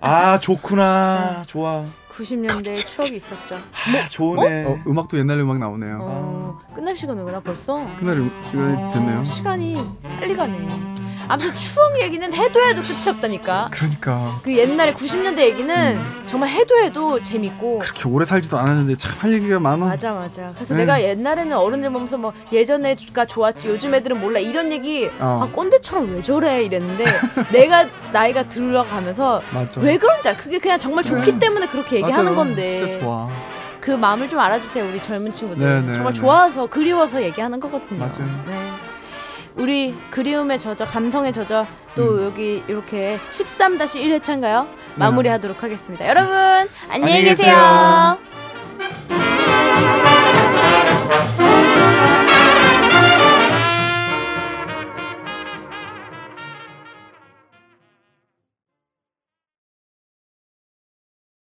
S3: 아 좋구나. 좋아.
S1: 90년대 추억이 있었죠.
S3: 아 좋네.
S2: 어, 음악도 옛날 음악 나오네요.
S1: 어, 끝날 시간이구나 벌써. 아,
S2: 그날 음- 시간이 됐네요.
S1: 시간이 빨리 가네. 아무튼 추억 얘기는 해도 해도 끝이 없다니까.
S2: 그러니까.
S1: 그 옛날에 90년대
S2: 음.
S1: 얘기는 정말 해도 해도 재밌고
S2: 그렇게 오래 살지도 않았는데 참 할 얘기가 많아.
S1: 맞아 맞아 그래서
S2: 네.
S1: 내가 옛날에는 어른들 보면서 뭐 예전에가 좋았지 요즘 애들은 몰라 이런 얘기
S2: 어.
S1: 아 꼰대처럼 왜 저래 이랬는데 내가 나이가 들어가면서
S2: 맞아.
S1: 왜 그런지 알아 그게 그냥 정말 좋기
S2: 네.
S1: 때문에 그렇게 얘기하는
S2: 맞아요.
S1: 건데
S2: 진짜 좋아.
S1: 그 마음을 좀 알아주세요 우리 젊은 친구들
S2: 네, 네,
S1: 정말
S2: 네.
S1: 좋아서 그리워서 얘기하는 거거든요
S2: 맞아요.
S1: 네. 우리 그리움에 젖어 감성에 젖어 또
S2: 음. 네.
S1: 여기 이렇게 13-1회차인가요? 마무리하도록 하겠습니다 여러분 안녕히 계세요.
S3: 계세요.